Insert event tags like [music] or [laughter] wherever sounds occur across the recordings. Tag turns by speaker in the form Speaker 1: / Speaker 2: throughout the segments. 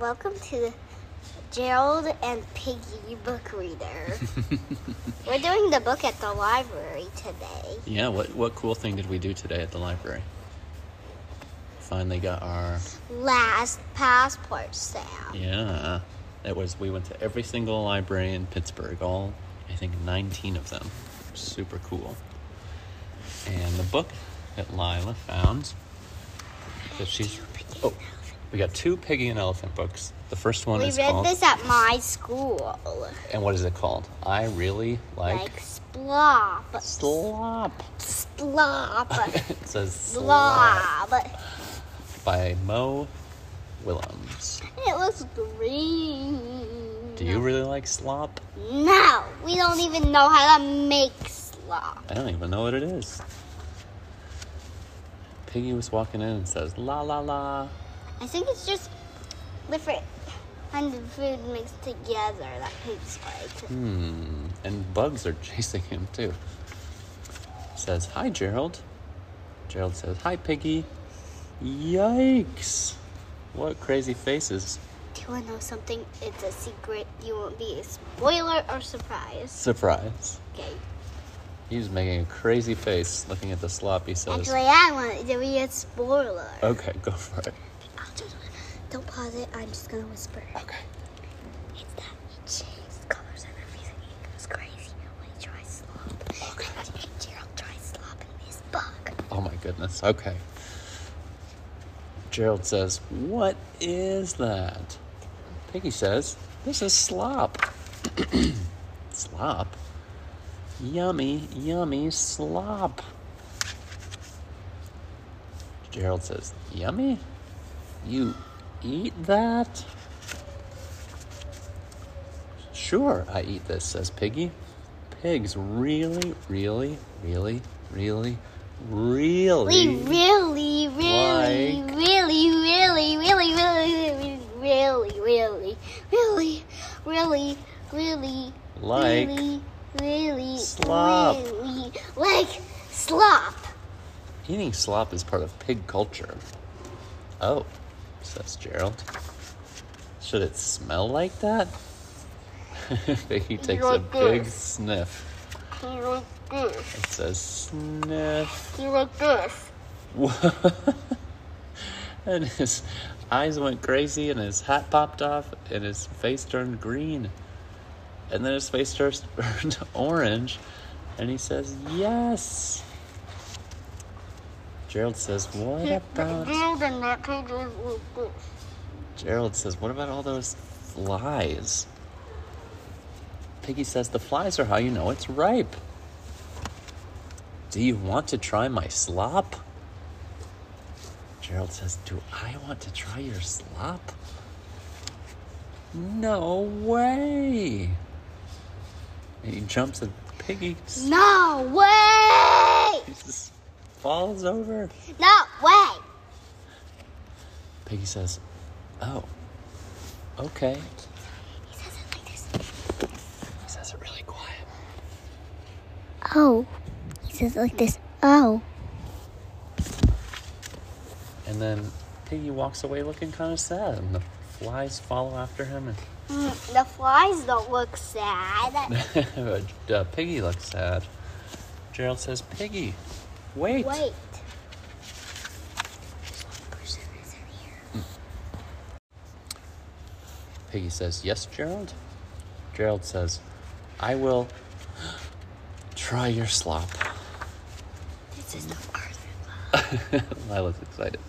Speaker 1: Welcome to Gerald and Piggy Book Reader.
Speaker 2: [laughs]
Speaker 1: We're doing the book at the library today.
Speaker 2: Yeah, what, what cool thing did we do today at the library? Finally got our.
Speaker 1: Last passport sale.
Speaker 2: Yeah. It was, we went to every single library in Pittsburgh, all, I think, 19 of them. Super cool. And the book that Lila found that she's. Oh, we got two Piggy and Elephant books. The first one
Speaker 1: We
Speaker 2: is
Speaker 1: read
Speaker 2: called.
Speaker 1: this at my school.
Speaker 2: And what is it called? I really like.
Speaker 1: Like splop.
Speaker 2: Slop. [laughs]
Speaker 1: Splop.
Speaker 2: It says Slop
Speaker 1: Blob.
Speaker 2: by Mo Willems.
Speaker 1: It was green.
Speaker 2: Do you really like slop?
Speaker 1: No, we don't even know how to make slop.
Speaker 2: I don't even know what it is. Piggy was walking in and says, la la la.
Speaker 1: I think it's just different kinds of food mixed together that pigs like.
Speaker 2: Hmm. And bugs are [laughs] chasing him too. Says, hi, Gerald. Gerald says, hi, Piggy. Yikes. What crazy faces.
Speaker 1: Do you want to know something? It's a secret. You won't be a spoiler or surprise.
Speaker 2: Surprise.
Speaker 1: Okay.
Speaker 2: He's making a crazy face looking at the slop. He says,
Speaker 1: Actually, I want it to be a spoiler.
Speaker 2: okay, go for it.
Speaker 1: I'll just, don't pause it. I'm just gonna whisper.
Speaker 2: Okay.
Speaker 1: It's that he changed colors and everything. He goes crazy when he tries slop.
Speaker 2: Okay.
Speaker 1: And Gerald tries slop and his bug.
Speaker 2: Oh my goodness. Okay. Gerald says, What is that? Piggy says, This is slop. [clears throat] slop? Yummy, yummy slop. Gerald says, Yummy? You eat that? Sure, I eat this, says Piggy. Pigs really, really, really, really, really.
Speaker 1: We really, really,
Speaker 2: Like-
Speaker 1: really, really, really, really, really, really, really, really, really,
Speaker 2: Like
Speaker 1: really, really,
Speaker 2: slop.
Speaker 1: really, like slop.
Speaker 2: Eating slop is part of pig culture. Oh, says Gerald. Should it smell like that? [laughs] he takes a
Speaker 1: Like
Speaker 2: big
Speaker 1: this.
Speaker 2: sniff.
Speaker 1: Like this.
Speaker 2: It says sniff. [laughs]
Speaker 1: Like this.
Speaker 2: and his eyes went crazy, and his hat popped off, and his face turned green. And then his face turns- [laughs] turned orange, and he says, Yes! Gerald says, What about
Speaker 1: and that pig was like this.
Speaker 2: Gerald says, What about all those flies? Piggy says, The flies are how you know it's ripe. Do you want to try my slop? Gerald says, Do I want to try your slop? No way. And he jumps and Piggy s-
Speaker 1: No way!
Speaker 2: s- falls over.
Speaker 1: No way!
Speaker 2: Piggy says, Oh, okay.
Speaker 1: He says it like this.
Speaker 2: He says it really quiet.
Speaker 1: Oh. He says it like this. Oh.
Speaker 2: And then Piggy walks away looking kind of sad, and the flies follow after him. And
Speaker 1: Mm, the flies don't look
Speaker 2: [laughs]
Speaker 1: sad.
Speaker 2: but, uh, Piggy looks sad. Gerald says, "Piggy, wait!"
Speaker 1: Wait.
Speaker 2: Piggy says, "Yes, Gerald." Gerald says, "I will try your slop."
Speaker 1: This is the first
Speaker 2: [laughs] Lila's excited.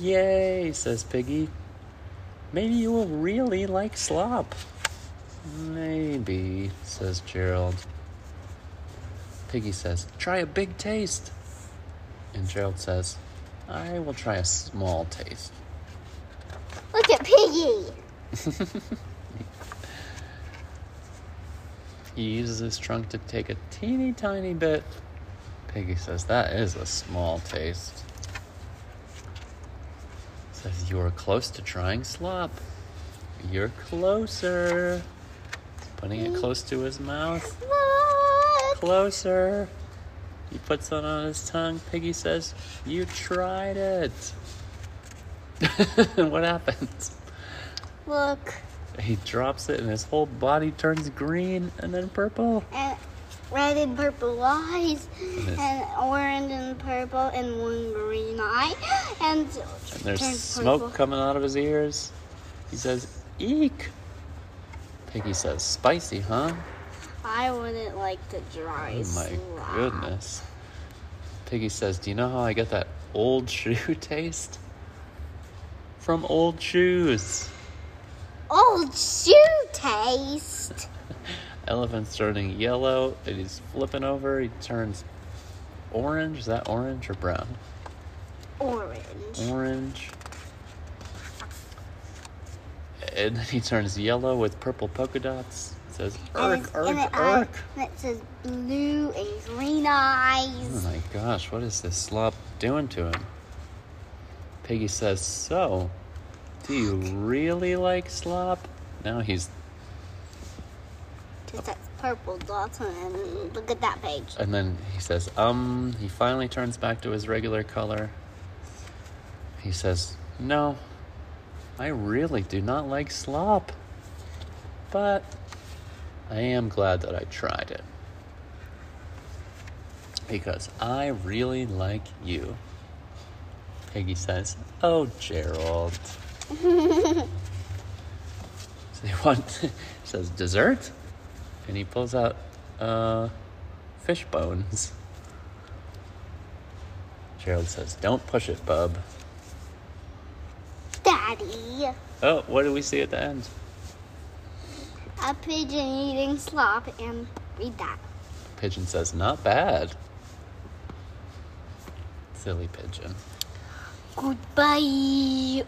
Speaker 2: Yay! Says Piggy. Maybe you will really like slop. Maybe, says Gerald. Piggy says, try a big taste. And Gerald says, I will try a small taste.
Speaker 1: Look at Piggy.
Speaker 2: He uses his trunk to take a teeny tiny bit. Piggy says, That is a small taste. Says, You are close to trying slop. You're closer. Putting it close to his mouth.
Speaker 1: Look.
Speaker 2: Closer. He puts it on his tongue. Piggy [laughs] says, You tried it. what happens?
Speaker 1: Look.
Speaker 2: He drops it and his whole body turns green and then purple.
Speaker 1: And red and purple eyes.
Speaker 2: Yes.
Speaker 1: And orange and purple and one green eye. And
Speaker 2: And there's
Speaker 1: turns
Speaker 2: smoke
Speaker 1: purple.
Speaker 2: coming out of his ears. He says, Eek. Piggy says, Spicy, huh?
Speaker 1: I wouldn't like to dry
Speaker 2: Oh my
Speaker 1: slop.
Speaker 2: goodness. Piggy says, Do you know how I get that old [laughs] shoe taste? From old shoes.
Speaker 1: Old shoe taste.
Speaker 2: Elephant's turning yellow and he's flipping over. He turns orange. Is that orange or brown?
Speaker 1: Orange.
Speaker 2: Orange. And then he turns yellow with purple polka dots. It says,
Speaker 1: And
Speaker 2: Urk,
Speaker 1: it's- and it,
Speaker 2: Urk,
Speaker 1: eye-
Speaker 2: Urk.
Speaker 1: and it says blue and green
Speaker 2: Oh
Speaker 1: eyes.
Speaker 2: my gosh, what is this slop doing to him? Piggy says, So, do you really like slop? Now he's, Hmm.
Speaker 1: Just that purple dots on it. and Look at that page.
Speaker 2: and then he says, Um, he finally turns back to his regular color. He says, No, I really do not like slop. But I am glad that I tried it. Because I really like you. Piggy says, Oh, Gerald. [laughs] so he wants, [laughs] says, Dessert? And he pulls out uh, fish bones. Gerald says, Don't push it, bub.
Speaker 1: Daddy,
Speaker 2: Oh, what do we see at the end?
Speaker 1: a pigeon eating slop and read that.
Speaker 2: Pigeon says, Not bad. Silly pigeon.
Speaker 1: Goodbye.